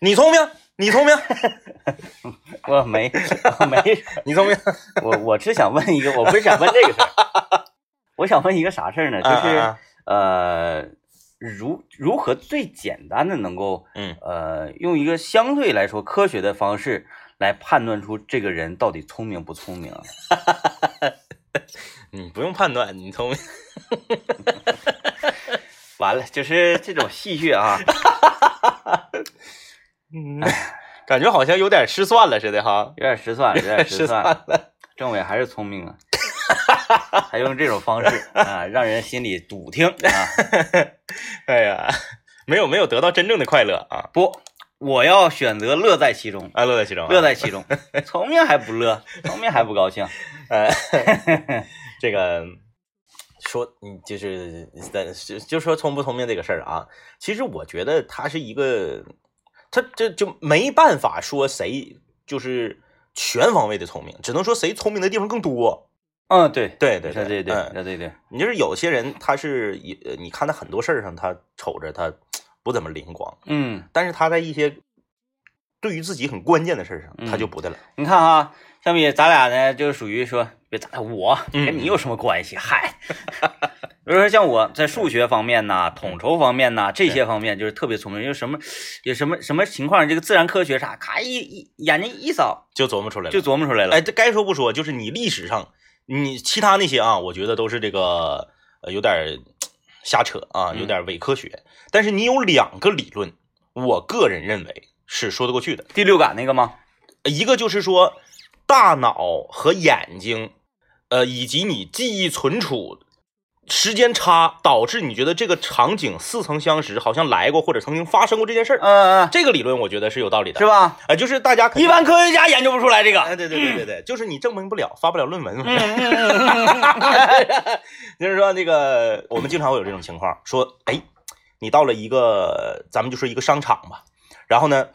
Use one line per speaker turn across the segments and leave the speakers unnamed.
你 聪明，你聪明，
我没，我没，
你聪明。
我我是想问一个，我不是想问这个事儿， 我想问一个啥事儿呢？就
啊
是
啊
呃，如如何最简单的能够
嗯
呃用一个相对来说科学的方式来判断出这个人到底聪明不聪明啊？
你不用判断，你聪明。
完了，就是这种戏谑啊，
嗯， 感觉好像有点失算了似的哈。
有点失算，有点
失
失
算
算。政委还是聪明啊， 还用这种方式啊，让人心里笃听啊！
哎呀，没有没有得到真正的快乐啊！
不，我要选择乐在其中，
啊，乐在其中啊、
乐在其中。聪明还不乐，聪明还不高兴。
呃，这个说，嗯，就是咱就就说聪不聪明这个事儿啊，其实我觉得他是一个，他这就没办法说谁就是全方位的聪明，只能说谁聪明的地方更多。
嗯，对，
对 对
对
对
对对
嗯
对对对，
你就是有些人他是一，呃你看他很多事儿上他瞅着他不怎么灵光，
嗯，
但是他在一些对于自己很关键的事儿上，
嗯
他就不对了。
你看哈，相比咱俩呢，就是属于说，别咱俩我
嗯
跟你有什么关系？ 嗨，比如说像我在
嗯
数学方面呐、统筹方面呐、这些方面就是特别聪明，就什么有什么什么情况，这个自然科学啥，咔一一眼睛一扫
就琢磨出来了
就。琢磨出来了。
哎，这该说不说，就是你历史上，你其他那些啊，我觉得都是这个呃有点儿瞎扯啊，
嗯
有点儿伪科学。但是你有两个理论，我个人认为是说得过去的。
第六感那个吗？
呃一个就是说，大脑和眼睛，呃，以及你记忆存储时间差，导致你觉得这个场景似曾相识，好像来过或者曾经发生过这件事儿。呃
嗯、
这个理论我觉得是有道理的，
是吧？
呃，就是大家肯
一般科学家研究不出来这个。
哎，对对对对对，就是你证明不了，发不了论文。
嗯
就是说，那个我们经常会有这种情况，说，哎，你到了一个，咱们就说一个商场吧，然后呢，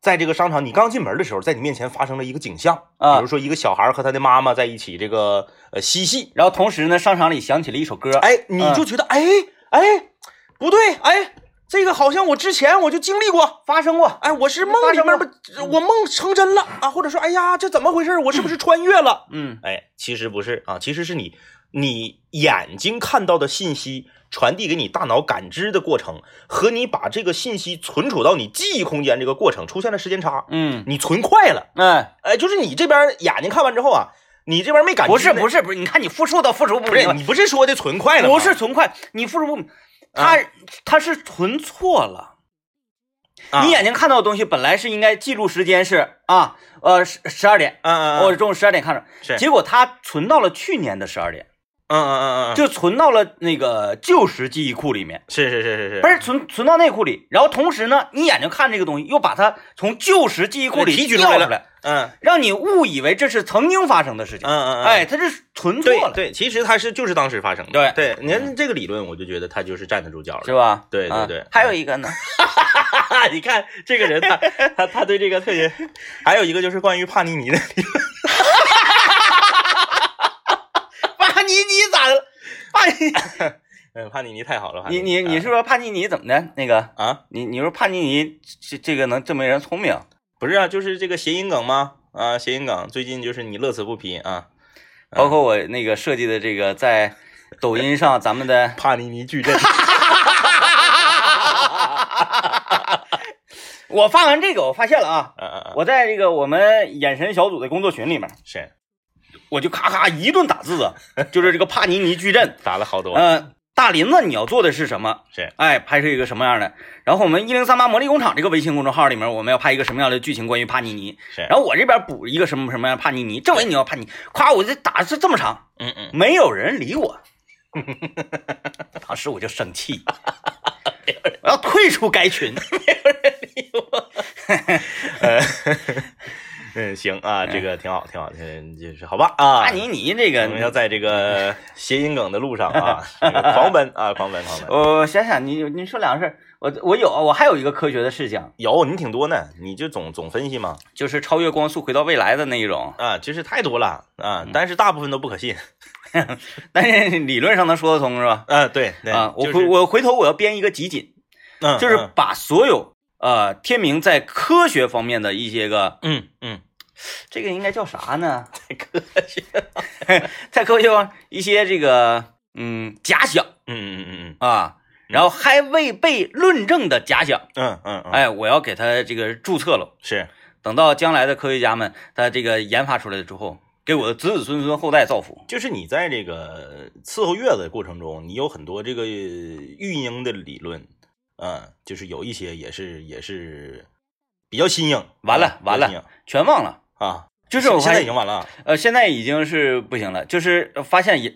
在这个商场，你刚进门的时候，在你面前发生了一个景象，
啊
比如说一个小孩和他的妈妈在一起，这个呃嬉戏，
然后同时呢，商场里响起了一首歌，
哎，你
嗯
就觉得，哎哎，不对，哎。这个好像我之前我就经历过，
发生过。
哎，我是梦里面不，我梦成真了啊，或者说，哎呀，这怎么回事？我是不是穿越了？
嗯
哎，其实不是啊，其实是你你眼睛看到的信息传递给你大脑感知的过程，和你把这个信息存储到你记忆空间这个过程出现了时间差，
嗯，
你存快了，
哎，
哎，就是你这边眼睛看完之后啊，你这边没感知，
不是不
是，
是不是，你看你复述都复述不
不
明
是
白，
你不是说的存快了吗？
不是存快，你复述不明，他他是存错了。
啊，
你眼睛看到的东西本来是应该记录时间是啊，呃十十二点，
嗯嗯
我中午十二点看
是
着，结果他存到了去年的十二点，
嗯嗯嗯嗯，
就存到了那个旧时记忆库里面。
是是是是是，啊
不是存存到内库里，然后同时呢，你眼睛看这个东西，又把它从旧时记忆库里
提取出
调
来
出
了
来，
嗯，
让你误以为这是曾经发生的事情。
嗯嗯嗯
哎，它是存
对
错了，
对，其实它是就是当时发生的，
对嗯
对，你看这个理论，我就觉得它就是站得住脚了，
是吧？
对对
啊
对
还有一个呢，
啊， 你看这个人他，他他对这个特 别，还有一个就是关于帕尼尼的，
帕尼尼咋的了？帕尼
嗯，帕尼尼太好了，帕尼
尼，你你你
啊
是说帕尼尼怎么的？那个，
啊？
你你说帕尼尼这这个能证明人聪明？
不是啊，就是这个谐音梗吗？啊，谐音梗，最近就是你乐此不疲啊，
包括我那个设计的这个在抖音上咱们的
帕尼尼矩阵， 啊
我发完这个，我发现了啊，
啊啊啊，
我在这个我们眼神小组的工作群里面，
是
我就咔咔一顿打字啊，就是这个帕尼尼矩阵。
打了好多，
呃，大林子，你要做的是什么？
是
哎，拍摄一个什么样的？然后我们一零三八魔力工厂这个微信公众号里面，我们要拍一个什么样的剧情关于帕尼尼？
是，
然后我这边补一个什么什么样的帕尼尼？政委你要帕尼，夸我这打是这么长，
嗯嗯，
没有人理 我，当时我就生气，我要退出该
啊
群。
嗯行啊，这个挺好，挺好，挺就是好吧啊，
帕尼尼这
我
个
们，要在这个谐音梗的路上 啊，这个狂奔啊，狂奔，狂奔。
我想想，你你说两个事儿，我我有啊我还有一个科学的事情，
有你挺多呢，你就总总分析嘛
就是超越光速回到未来的那一种。
啊，就是太多了
嗯
啊，但是大部分都不可信
但是理论上能说得通是吧？
啊，对对
啊，我
就
回
是
我回头我要编一个集锦，
嗯，
就是
嗯
把所有呃，天明在科学方面的一些个，
嗯嗯，
这个应该叫啥呢？
太科学，
在科学方一些这个，嗯，假想
嗯嗯嗯
啊，然后还未被论证的假想，
嗯嗯嗯，
哎，我要给它这个注册了。
是
等到将来的科学家们，他这个研发出来了之后，给我的子子孙孙后代造福。
就是你在这个伺候月子的过程中，你有很多这个育婴的理论，嗯，就是有一些也是也是比较新颖。
完了
啊
完了
比较新颖
全忘了，
啊！
就是我
现
发
在
现
已经完了啊，
呃，现在已经是不行了，就是发现也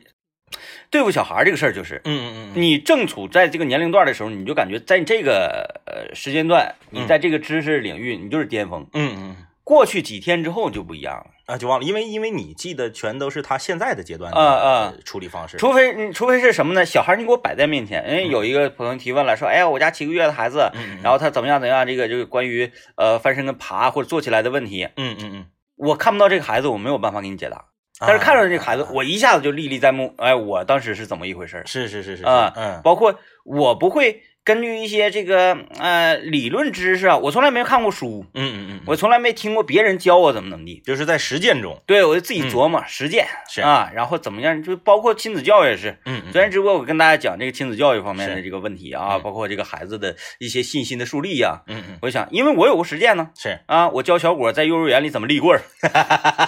对付小孩儿这个事儿，就是
嗯嗯嗯，
你正处在这个年龄段的时候，你就感觉在这个呃时间段，你在这个知识领域，你就是巅峰。
嗯嗯
过去几天之后就不一样了，
啊，就忘了，因为因为你记得全都是他现在的阶段的
啊啊
呃处理方式，
除非你除非是什么呢？小孩儿你给我摆在面前，人家有一个朋友提问了，说，哎呀，我家七个月的孩子，
嗯嗯嗯
然后他怎么样怎么样，这个这个关于呃翻身跟爬或者坐起来的问题，
嗯嗯嗯，
我看不到这个孩子，我没有办法给你解答。但是看到这个孩子
啊，
我一下子就历历在目，哎，我当时是怎么一回事儿？
是是是是
啊
嗯
包括我不会根据一些这个呃理论知识啊，我从来没看过书，
嗯嗯嗯，
我从来没听过别人教我怎么怎么地，
就是在实践中，
对我就自己琢磨、实践
嗯是
啊，然后怎么样，就包括亲子教育也是。
嗯
昨天直播我跟大家讲这个亲子教育方面的
是
这个问题啊，
嗯
包括这个孩子的一些信心的树立呀、
嗯嗯
我想，因为我有过实践呢，
是，
啊，我教小果在幼儿园里怎么立棍儿，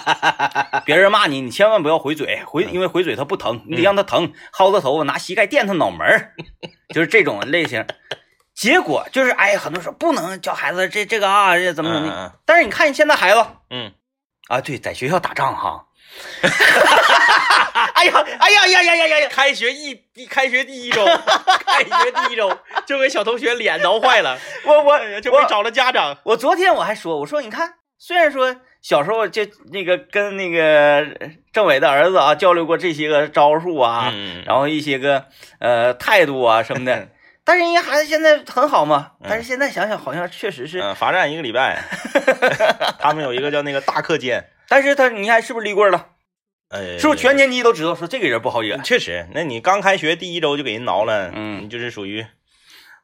别人骂你，你千万不要回嘴，回
嗯
因为回嘴他不疼，你得让他疼，薅他头发，拿膝盖垫他脑 门儿，就是这种类型。结果就是，哎，很多人说不能教孩子这这个啊，这怎么怎
嗯
么
嗯
地
嗯。
但是你看你现在孩子
嗯
啊，对，在学校打仗 哈。哎呀，哎呀呀呀呀呀呀！
开学一一开学第一周，开学第一周就给小同学脸挠坏了，
我我
哎呀就被找了家长。
我昨天我还说，我说你看，虽然说小时候就那个跟那个政委的儿子啊交流过这些个招数啊，
嗯
然后一些个呃态度啊什 么的，但是人家孩子现在很好嘛。
嗯
但是现在想想，好像确实是，
嗯，罚站一个礼拜，他们有一个叫那个大课间，
但是他你看是不是立棍了？
呃，
是不是全年级都知道说这个人不好惹？
确实，那你刚开学第一周就给人挠了，
嗯
你就是属于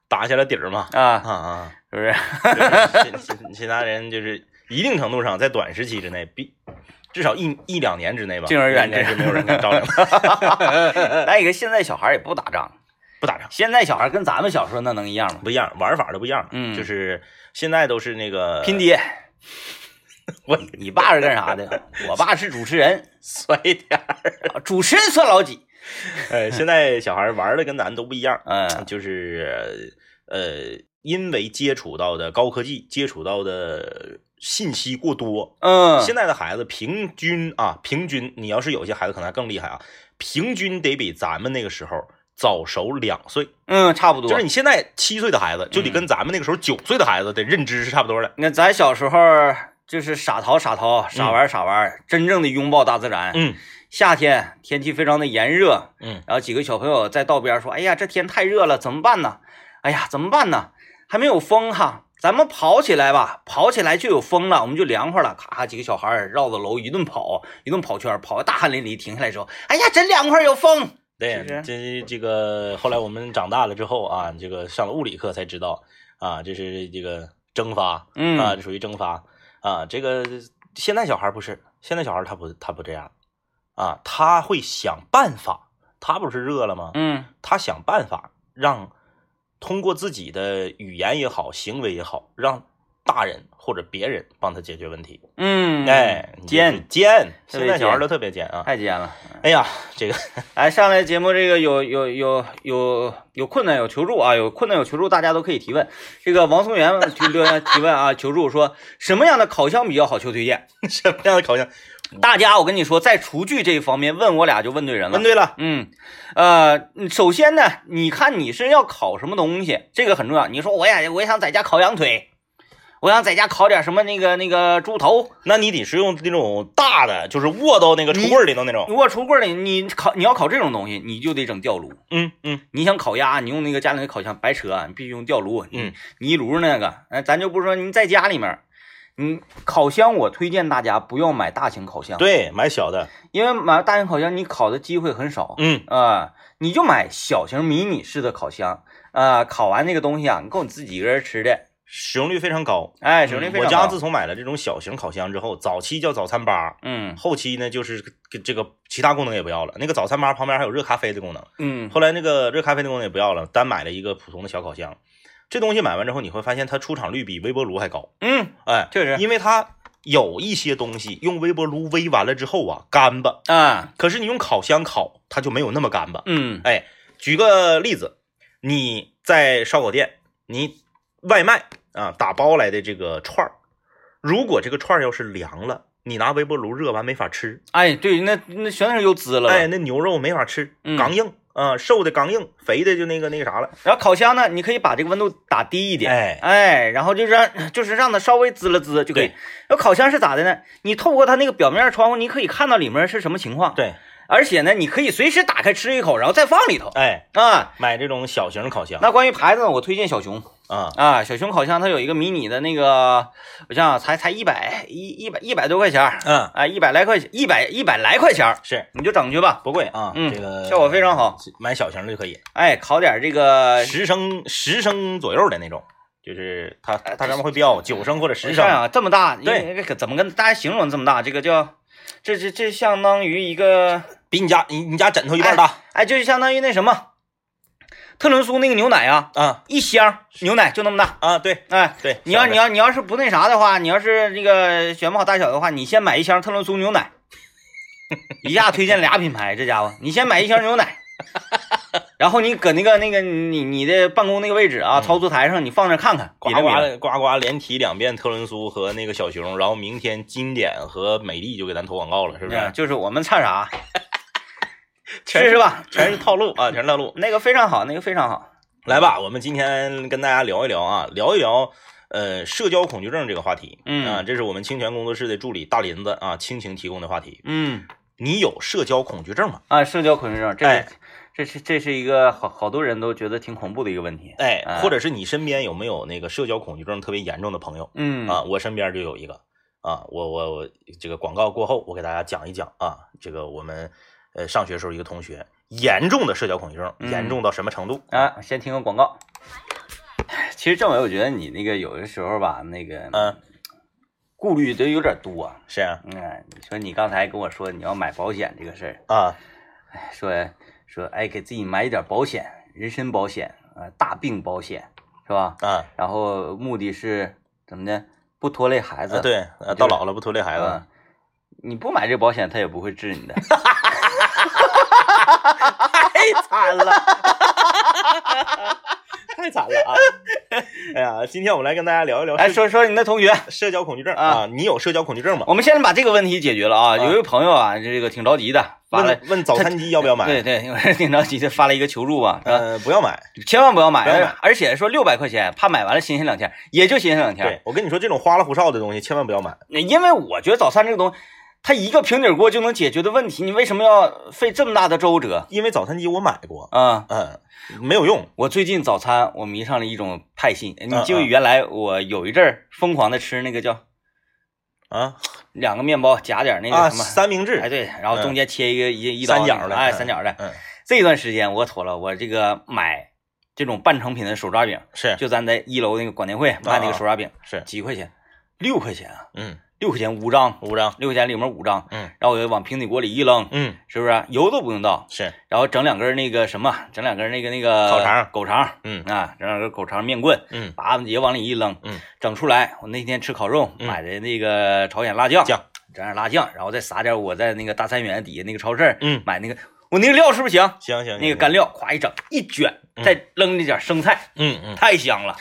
打下了底儿嘛。
啊，
啊啊！
是 不是？
就是其其其他人就是一定程度上在短时期之内，必至少一一两年之内吧，
敬而远
应
之
该是没有人敢招惹他，
再一个，现在小孩也不打仗，
不打仗，
现在小孩跟咱们小时候那能一样吗？
不一样，玩法都不一样。
嗯
就是现在都是那个
拼 爹，
我
你爸是干啥 的？我爸是主持人，
摔 点儿。
啊主持人算老几？
呃，现在小孩玩的跟咱都不一样，
嗯
就是呃，因为接触到的高科技，接触到的信息过多，
嗯，
现在的孩子平均啊，平均，你要是有些孩子可能还更厉害啊，平均得比咱们那个时候早熟两岁，
嗯，差不多。
就是你现在七岁的孩子，就得
嗯
跟咱们那个时候九岁的孩子的认知是差不多的。
你看咱小时候就是傻淘傻淘，傻玩傻玩，真正的拥抱大自然。
嗯
夏天天气非常的炎热，
嗯，
然后几个小朋友在道边说：“哎呀，这天太热了，怎么办呢？哎呀，怎么办呢？还没有风哈，咱们跑起来吧，跑起来就有风了，我们就凉快了。”咔，几个小孩儿绕着楼一顿跑，一顿跑圈儿，跑到大汗淋漓，停下来之后，哎呀，真凉快，有风。
对
是，
这这个后来我们长大了之后啊，这个上了物理课才知道啊，这是这个蒸发
嗯
啊，这属于蒸发啊。这个现在小孩不是，现在小孩他不他不这样啊，他会想办法，他不是热了吗？
嗯
他想办法让通过自己的语言也好，行为也好，让大人或者别人帮他解决问题。
嗯，
哎，
尖
尖，
特
现
别嗯
在小孩
尖
都特别尖啊！
太尖了。
哎呀，这个
哎，上来节目这个有有有有有困难有求助啊，有困难有求助，大家都可以提问。这个王松元 提留言提问啊，求助说什么样的烤箱比较好？求推荐。
什么样的烤箱？
大家，我跟你说，在厨具这一方面，问我俩就问对人了
问。对了，
嗯，呃，首先呢，你看你是要烤什么东西，这个很重要。你说我也我也想在家烤羊腿，我想在家烤点什么那个那个猪头，
那你得是用那种大的，就是握到那个橱柜里头那种。
如果橱柜里你烤你要烤这种东西，你就得整吊炉。
嗯嗯
你想烤鸭，你用那个家里的烤箱白扯、啊你必须用吊炉，
嗯，
泥炉那个，哎，咱就不说你在家里面，你烤箱我推荐大家不要买大型烤箱，，
对，买小的。
因为买大型烤箱你烤的机会很少，
嗯
啊、你就买小型迷你式的烤箱，啊、烤完那个东西啊，你够你自己一个人吃的，
使用率非常高。
哎，使用率非
嗯我
常
家
高。
自从买了这种小型烤箱之后，早期叫早餐吧，
嗯
后期呢就是给这个其他功能也不要了。那个早餐吧旁边还有热咖啡的功能，
嗯
后来那个热咖啡的功能也不要了，单买了一个普通的小烤箱。这东西买完之后，你会发现它出厂率比微波炉还高，
嗯，
哎，
确实
因为它有一些东西用微波炉微完了之后啊干巴，
啊，
可是你用烤箱烤它就没有那么干巴。
嗯
哎，举个例子，你在烧烤店，你外卖啊打包来的这个串儿，如果这个串儿要是凉了，你拿微波炉热完没法吃，
哎，对，那那全是油脂了。
哎，，那牛肉没法吃，
嗯
刚硬啊、瘦的刚硬，肥的就那个那个啥了，
然后烤箱呢，你可以把这个温度打低一点，
哎
哎，然后就让就是让它稍微滋了滋就可以
对。
然后烤箱是咋的呢？你透过它那个表面的窗户，你可以看到里面是什么情况。，
对，
而且呢，你可以随时打开吃一口，然后再放里头
哎，
啊。
买这种小型的烤箱
那关于牌子呢，我推荐小熊
啊，
啊，小熊烤箱它有一个迷你的那个，我想想，才才一百一一百一百多块钱儿，
嗯，
啊，一百来块钱，一百一百来块钱儿，
是
你就整去吧。
不贵啊，
嗯
这个
效果非常哎好，
买小型的就可以，
哎，烤点这个
十升十升左右的那种。就是它，它它上面会标九升或者十升
时尚，哎啊，这么大，
对
因为可怎么跟大家形容这么大？这个叫，这这这相当于一个，
比你家你你家枕头一半大
哎，就是相当于那什么，特仑苏那个牛奶啊，
啊
一箱牛奶就那么大，
啊！对，
哎。
对，
你
小
要
的
你要你要是不那啥的话，你要是那个选不好大小的话，你先买一箱特仑苏牛奶，一下推荐俩品牌，这家伙，你先买一箱牛奶，然后你搁那个那个你你的办公那个位置啊，
嗯
操作台上你放那看看，
呱
比着比
呱
着，
的呱呱连提两遍特仑苏和那个小熊，然后明天金典和美丽就给咱投广告了，是不
嗯
是？
就是我们唱 啥，
全是
试试吧，
全是套路啊，全是套路。
那个非常好，那个非常好。
来吧，我们今天跟大家聊一聊啊，聊一聊呃社交恐惧症这个话题。
嗯
啊，这是我们清泉工作室的助理大林子啊倾情提供的话题。
嗯
你有社交恐惧症吗？
啊，社交恐惧症，这
哎
个这是这是一个好好多人都觉得挺恐怖的一个问题。
哎
啊，
或者是你身边有没有那个社交恐惧症特别严重的朋友？
嗯
啊，我身边就有一个啊，我我我这个广告过后，我给大家讲一讲啊，这个我们呃上学时候一个同学严重的社交恐惧症，严
嗯
重到什么程度？
啊，先听个广告。其实政委，我觉得你那个有的时候吧，那个
嗯，
顾虑都有点多。
是啊，
嗯，你说你刚才跟我说你要买保险这个事儿，
啊，
说说哎给自己买一点保险，人身保险啊、大病保险是吧？
啊
然后目的是怎么的，不拖累孩子。
啊对，啊
呃就是
到老了 不拖累孩子
嗯，，你不买这保险，他也不会 治你的。
太惨 了，太惨了啊！ 哎呀，今天我们来跟大家聊一聊
哎，
社
说说你的同学，
社交恐惧症
啊
啊，你有社交恐惧症吗？
我们现在把这个问题解决了啊。有一位朋友啊，这个挺着急的，发了
问问早餐机要不要买？
对对，有人挺着急的发了一个求助啊，说
呃，不要买。
千万不要买
不要买，
而且说六百块钱，怕买完了新鲜两天，也就新鲜两天。
对我跟你说，这种花里胡哨的东西千万不要买。
因为我觉得早餐这个东西，它一个平底锅就能解决的问题，你为什么要费这么大的周折
因为早餐机我买过，
啊？
嗯，没有用。
我最近早餐我迷上了一种派系，你
嗯
就
嗯
原来我有一阵儿疯狂的吃那个叫
啊
两个面包夹点儿那
啊，
个什么。
三明治
哎，，对，然后中间切一个、一一刀
三角的
哎，
嗯
三角的。
嗯，
这段时间我妥了，我这个买这种半成品的手抓饼，
是
就咱在一楼那个广电汇卖
啊
那个手抓饼，
是，
几块钱，六块钱啊，
嗯，
六块钱五张，
五张，
六块钱里面五张，
嗯
然后我就往平底锅里一扔，
嗯，
是不是？油都不用倒，
是，
然后整两根那个什么，整两根那个那个
烤肠
狗肠，
嗯
啊，整两根狗肠面棍，
嗯，
把也往里一扔，
嗯，
整出来。我那天吃烤肉
嗯
买的那个朝鲜辣酱，
酱
整点辣酱，然后再撒点我在那个大三元底下那个超市，
嗯
买那个我那个料是不是行？
行行，
那个干料，咵一整一卷，
嗯
再扔那点生菜，
行，嗯嗯，
太 香了，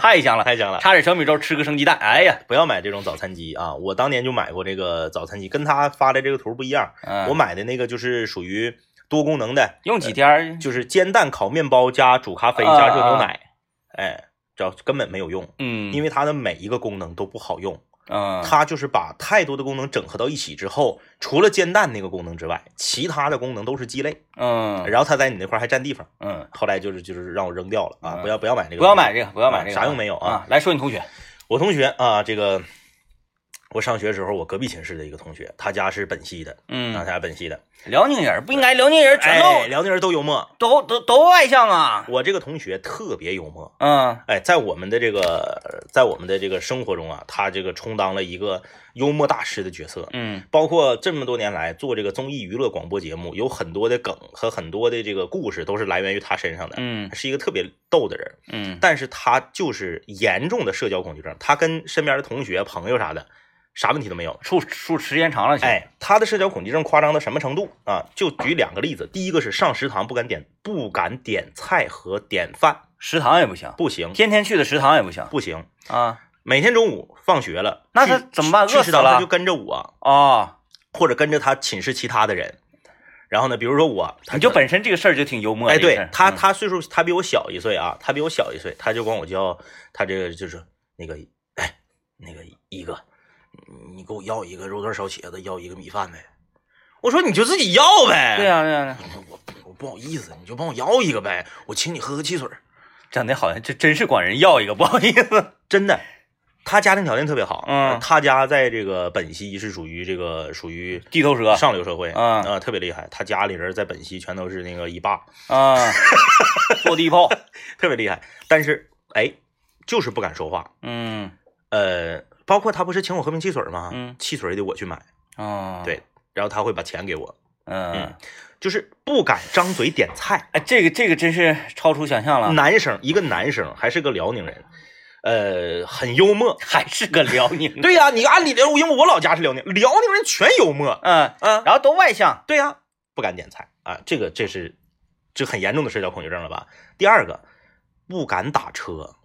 太香了，
太香了，
差点小米粥吃个生鸡蛋，哎呀，
不要买这种早餐机啊！我当年就买过这个早餐机，跟他发的这个图不一样，
嗯
我买的那个就是属于多功能的，
用几天儿，
就是煎蛋烤面包加煮咖
啊
啡加热牛奶，哎，这根本没有用。
嗯，
因为
为
它的每一个功能都不好用，
嗯，
它就是把太多的功能整合到一起之后，除了煎蛋那个功能之外，其他的功能都是鸡肋。
嗯
然后它在你那块儿还占地方，
嗯，
后来就是就是让我扔掉了啊！
嗯
不要不要买这个，啊
不要买这个，不要买这个，
啥用没有啊？
啊！来说你同学，
我同学啊，这个我上学的时候，我隔壁寝室的一个同学，他家是本溪的，啊，他
嗯，
家本溪的，
辽宁人不应该，辽宁人全
哎，
都
辽宁人都幽默。
都都都外向啊。
我这个同学特别幽默，
嗯
哎，在我们的这个，在我们的这个生活中啊，他这个充当了一个幽默大师的角色。
嗯
包括这么多年来做这个综艺娱乐广播节目，有很多的梗和很多的这个故事都是来源于他身上的。
嗯
是一个特别逗的人，
嗯
但是他就是严重的社交恐惧症，他跟身边的同学、朋友啥的，啥问题都没有。
处处时间长了，，
哎，他的社交恐惧症夸张到什么程度啊？就举两个例子，第一个是上食堂不敢点不敢点菜和点饭，
食堂也不行，
不行
天天去的食堂也不行
不行，
啊。
每天中午放学了，
那
去
他怎么办
去
饿
食
死
堂他
了
就跟着我，
哦，
或者跟着他寝室其他的人。然后呢，比如说我，他
你就
可能
本身这个事儿就挺幽默的
哎，
一个事儿。
对他，
嗯
他岁数他比我小一岁啊，他比我小一岁，他就管我叫他这个就是那个哎那个一哥，你给我要一个肉段烧茄子，要一个米饭呗。我说你就自己要呗。
对呀啊对呀，
我我不好意思，你就帮我要一个呗，我请你喝个汽水儿。
整的好像这真是管人要一个，不好意思。
真的，他家庭条件特别好，
嗯
他家在这个本溪是属于这个属于
地头蛇
上流社会，
啊
呃特别厉害。他家里人在本溪全都是那个一霸，
啊，坐地炮。
特别厉害。但是哎，就是不敢说话。
嗯
呃，包括他不是请我喝瓶汽水吗？
嗯
汽水也得我去买，
哦，
对，然后他会把钱给我，
嗯
嗯，就是不敢张嘴点菜。
哎，这个这个真是超出想象了，
男生，一个男生，还是个辽宁人，呃，很幽默。
还是个辽宁人。
对呀、你按理的，因为我老家是辽宁，辽宁人全幽默。
嗯，
啊，
然后都外向，
对呀、不敢点菜啊，这个这是这很严重的社交恐惧症了吧？第二个，不敢打车，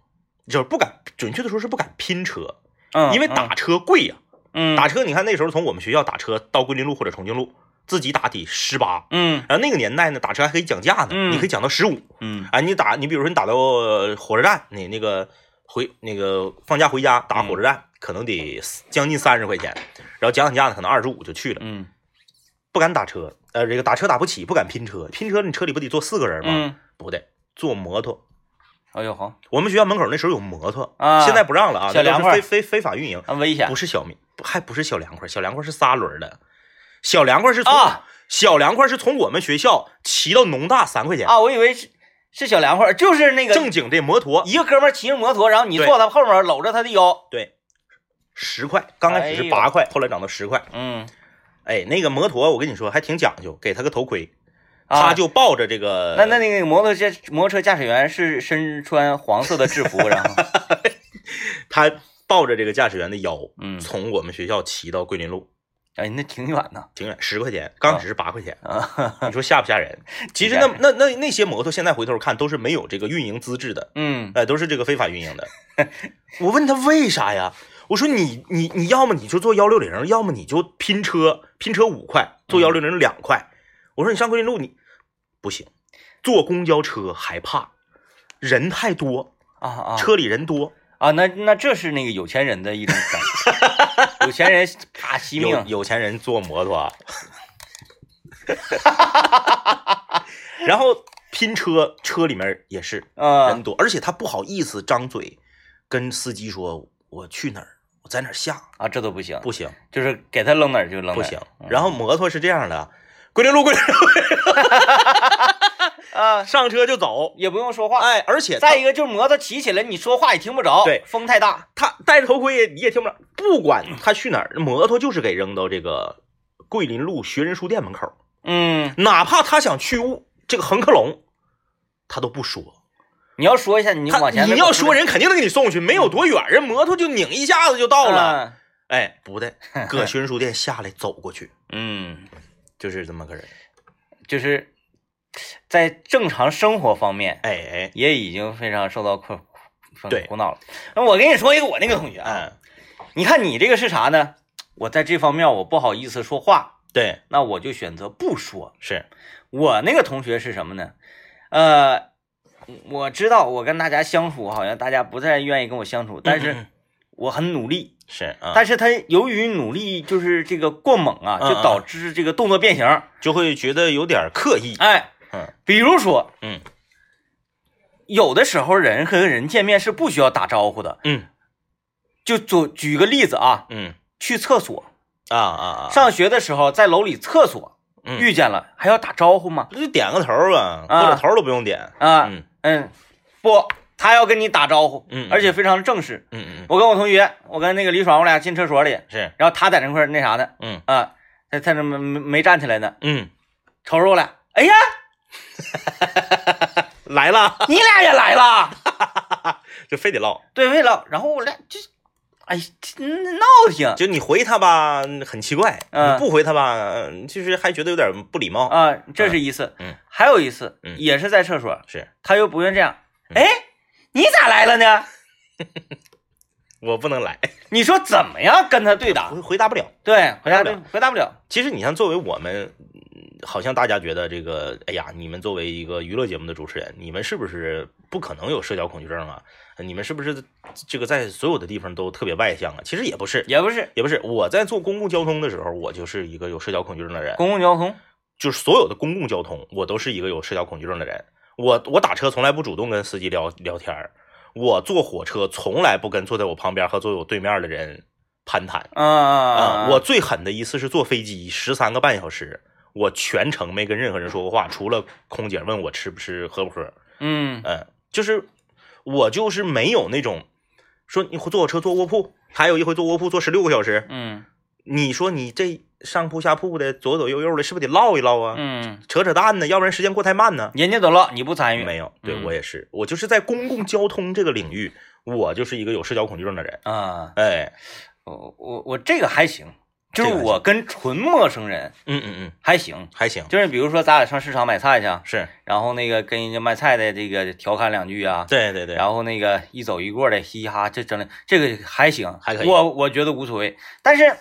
就是不敢，准确的说是不敢拼车，
嗯，
因为打车贵呀、
嗯
打车，你看那时候从我们学校打车到桂林路或者重庆路，自己打得十八。
嗯
然后那个年代呢，打车还可以讲价呢，
嗯
你可以讲到十五。
嗯
哎，你打，你比如说你打到呃火车站，你那个回那个放假回家打火车站，可能得将近三十块钱，然后讲讲价呢，可能二十五就去了。
嗯
不敢打车，呃，这个打车打不起，不敢拼车，拼车你车里不得坐四个人吗？
嗯，
不得坐摩托。
哎呦好，
我们学校门口那时候有摩托，
啊
现在不让了啊，那
小
都
凉
是
快
非非非法运营。
很危险
不是小米，不还不是小凉快，小凉快是仨轮儿的，小凉快是从、
啊
小凉快是从我们学校骑到农大三块钱，
啊！我以为是是小凉快儿，就是那个
正经的摩托
一个哥们儿骑着摩托，然后你
对
坐他后面搂着他的腰，
对，十块，刚开始
哎
是
呦
八块，后来涨到十块。
嗯，
哎，那个摩托我跟你说还挺讲究，给他个头盔，
啊
他就抱着这个，
那那那个摩托驾摩托车驾驶员是身穿黄色的制服，然后
他抱着这个驾驶员的腰，
嗯
从我们学校骑到桂林路，
哎那挺远呢
挺远，十块钱，刚开始是八块钱。
啊，
你说吓不吓 人？其实
吓
那
人
那那那些摩托现在回头看都是没有这个运营资质的，
嗯
哎，都是这个非法运营的。我问他为啥呀？我说你你你要么你就坐幺六零，要么你就拼车，拼车五块，坐幺六零两块。我说你上桂林路你不行，坐公交车害怕，人太多，
啊啊
车里人多，
啊，那那这是那个有钱人的一种感 觉，有钱人怕惜
有
命，
有钱人坐摩托啊，然后拼车车里面也是人
嗯
多，而且他不好意思张嘴跟司机说我去哪儿，我在哪儿下，
啊这都不行，
不行。
就是给他扔哪儿就扔哪儿，
不行。哎
嗯
然后摩托是这样的，桂林路桂林路
啊，
上车就走，
也不用说话。
哎，而且
再
他
一个就是摩托骑起来，你说话也听不着，
对
风太大。
他戴着头盔你也听不着，不管他去哪儿，摩托就是给扔到这个桂林路学人书店门口，
嗯，
哪怕他想去雾这个恒客隆，他都不说。
你要说一下，你就
他
往前那
你
个
要
出
说人肯定能给你送去，没有多远，人摩托就拧一下子就到
来
了。，哎，不对，搁学人书店下来走过去，
嗯，
就是这么个人。
就是在正常生活方面
哎哎，
也已经非常受到困
对
苦恼了。那我跟你说一个我那个同学啊，
嗯，
你看你这个是啥呢？我在这方面我不好意思说话，
对，
那我就选择不说。
是，
我那个同学是什么呢？呃，我知道我跟大家相处，好像大家不太愿意跟我相处，但是我很努力。
是嗯啊，
但是他由于努力就是这个过猛啊，
嗯
就导致这个动作变形。
就会觉得有点刻意。
哎，
嗯
比如说，
嗯
有的时候人和人见面是不需要打招呼的。
嗯
就举举个例子啊，
嗯
去厕所。
啊啊啊！
上学的时候在楼里厕所
嗯
遇见了，还要打招呼吗？
那就点个头吧，
啊
或者头都不用点。
啊，
嗯
嗯，不，他要跟你打招呼，
嗯嗯
而且非常正式。
嗯嗯嗯，
我跟我同学，我跟那个李爽，我俩进厕所里，
是，
然后他在那块儿那啥呢，
嗯
啊，他他那没没没站起来呢，
嗯，
瞅瞅我俩，哎呀，
来了，
你俩也来了，
就非得唠。
对，为了，然后我俩就，哎，这闹挺
就你回他吧，很奇怪；
嗯
你不回他吧，呃就是还觉得有点不礼貌。
啊，这是一次，
嗯嗯
还有一次、
嗯
也是在厕所，
是
他又不愿这样，
嗯
哎，你咋来了呢？
我不能来，
你说怎么样跟他对打？
回回答不了。
对，回答
回答不
不回答不了，
其实你像作为我们，嗯好像大家觉得这个，哎呀，你们作为一个娱乐节目的主持人，你们是不是不可能有社交恐惧症啊？你们是不是这个在所有的地方都特别外向啊？其实也不是，
也不是
也不是。我在坐公共交通的时候，我就是一个有社交恐惧症的人，
公共交通，
就是所有的公共交通，我都是一个有社交恐惧症的人。我我打车从来不主动跟司机聊聊天儿，我坐火车从来不跟坐在我旁边和坐我对面的人攀谈。
啊啊
啊、我最狠的一次是坐飞机十三个半小时，我全程没跟任何人说过话，除了空姐问我吃不吃、喝不喝。
嗯
嗯，就是我就是没有那种说你坐火车坐卧铺，还有一回坐卧铺坐十六个小时，
嗯
你说你这上铺下铺的左左右右的，是不是得唠一唠啊？
嗯，
扯扯淡呢，要不然时间过太慢呢。
人家都唠，你不参与，
没有，对
嗯
我也是，我就是在公共交通这个领域，我就是一个有社交恐惧症的人。
啊？
哎，
我我我这个还行，就是
这个还
我跟纯陌生人
嗯嗯嗯，
还行，
还行，
就是比如说咱俩上市场买菜去啊，
是
然后那个跟人家卖菜的这个调侃两句啊，
对对对，
然后那个一走一过的嘻嘻哈，这真的这个还行，
还可以
我我觉得无所谓，但是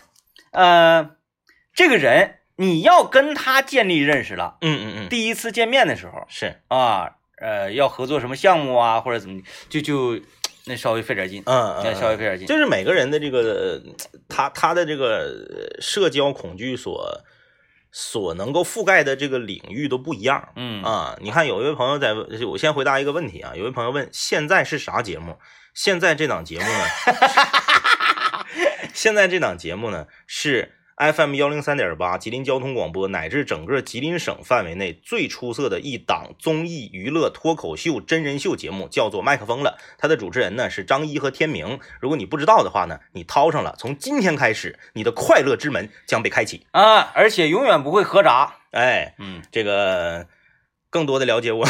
呃，这个人你要跟他建立认识了，
嗯嗯嗯，
第一次见面的时候
是。
啊，呃，要合作什么项目啊，或者怎么就就那稍微费点劲，
嗯嗯
那稍微
嗯，
费点劲，
就是每个人的这个呃他他的这个呃社交恐惧所所能够覆盖的这个领域都不一样
嗯
啊。你看，有一位朋友在问，我先回答一个问题啊。有一位朋友问，现在是啥节目？现在这档节目呢？ 现在这档节目呢是 FM 幺零三点八吉林交通广播乃至整个吉林省范围内最出色的一档综艺娱乐脱口秀真人秀节目，叫做《麦克风了》。它的主持人呢是张一和天明。如果你不知道的话呢，你掏上了，从今天开始，你的快乐之门将被开启。
啊，而且永远不会合闸，
哎，
嗯，
这个更多的了解我，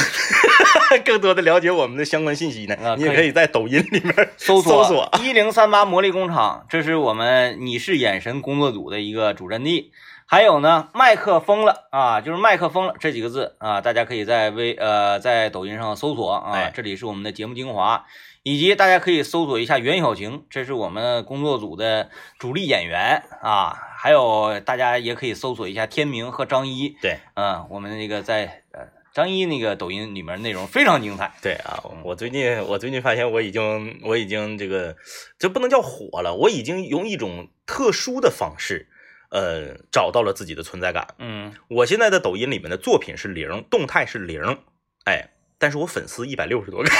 更多的了解我们的相关信息呢，
啊
你也
可以
可以在抖音里面
搜
索
索啊
搜
一零三八魔力工厂，这是我们你是眼神工作组的一个主阵地。还有呢，麦克风了啊，就是麦克风了这几个字啊，大家可以在微呃在抖音上搜索啊，
哎
这里是我们的节目精华，以及大家可以搜索一下袁晓晴，这是我们工作组的主力演员啊，还有大家也可以搜索一下天明和张一，
对
嗯、我们那个在呃张一那个抖音里面内容非常精彩，
对啊，我最近我最近发现我已经我已经这个这不能叫火了，我已经用一种特殊的方式，呃，找到了自己的存在感。
嗯，
我现在的抖音里面的作品是零，动态是零，哎，但是我粉丝一百六十多个，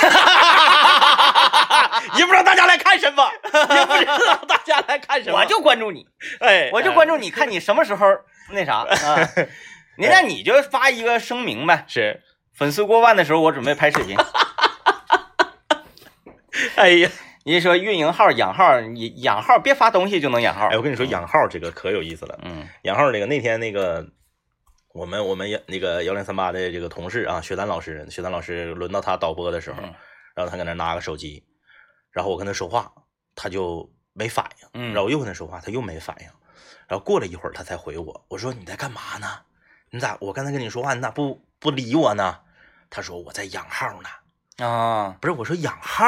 也不知道大家来看什么， 也不知道大家来看什么，
我就关注你。
哎，
我就关注你，看你什么时候 那啥啊？你那你就发一个声明呗，
是，
粉丝过万的时候，我准备 拍视频。
哎呀，
人家说运营号、养号，你养号别发东西就能养号
哎，。我跟你说，养号这个可有意思了。
嗯
养号这个那天那个，我们我们也那个幺零三八的这个同事啊，雪丹老师，雪丹老师轮到他导播的时候
嗯，
然后他搁那拿个手机，然后我跟他说话，他就没反应。
嗯
然后我又跟他说话，他又没反应。然后过了一会儿，他才回我，我说你在干嘛呢？你咋我刚才跟你说话，你咋不不理我呢？他说我在养号呢。
啊，
不是，我说养号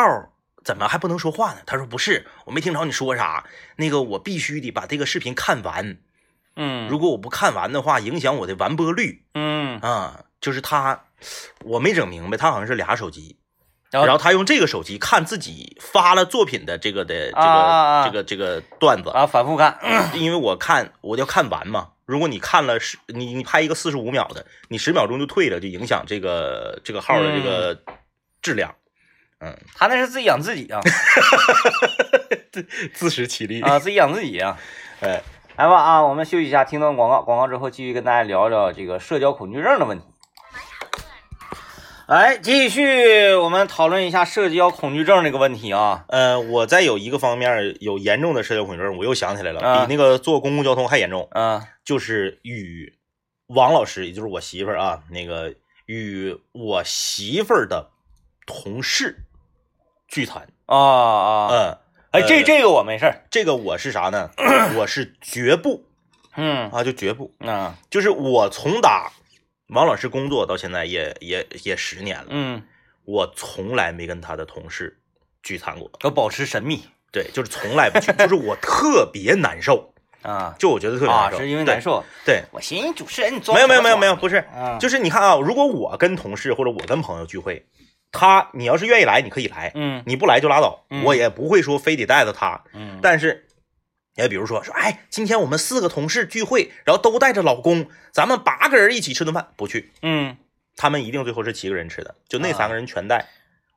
怎么还不能说话呢？他说不是，我没听着你说啥。那个我必须得把这个视频看完，
嗯，
如果我不看完的话，影响我的完播率
嗯，
啊。就是他，我没整明白，他好像是俩手机。
然后
然后他用这个手机看自己发了作品的这个的这个、
啊啊啊
这个这个段 子，
啊反复看，
因为我看我要看完嘛。如果你看了十，你你拍一个四十五秒的，你十秒钟就退了，就影响这个这个号的这个
嗯
质量，
他那是自己养自己啊
自食其力
啊，自己养自己啊。
哎，
来吧啊，我们休息一下，听段广告，广告之后继续跟大家聊聊这个社交恐惧症的问题。来，继续我们讨论一下社交恐惧症这个问题啊。
呃，我在有一个方面有严重的社交恐惧症，我又想起来了，
啊
比那个坐公共交通还严重，
嗯
就是与王老师，也就是我媳妇儿啊，那个与我媳妇儿的同事聚餐，
啊啊，
嗯，
哎，这
呃
这个我没事儿。
这个我是啥呢？我是绝不
嗯
啊，就绝不，
啊
就是我从打王老师工作到现在也也也十年了，
嗯，
我从来没跟他的同事聚餐过，
要保持神秘
对，就是从来不去，就是我特别难受，
啊
就我觉得特别
啊，
难受，
是因为难受。
对，
我寻思主持人你
对，
装
没有没有
什么
没有没有，
装
不是，
啊，
就是你看啊，如果我跟同事或者我跟朋友聚会，他你要是愿意来，你可以来，
嗯
你不来就拉倒，
嗯
我也不会说非得带着他，
嗯，
但是，也比如说说，哎，今天我们四个同事聚会，然后都带着老公，咱们八个人一起吃顿饭，不去，
嗯，
他们一定最后是七个人吃的，就那
啊
三个人全带，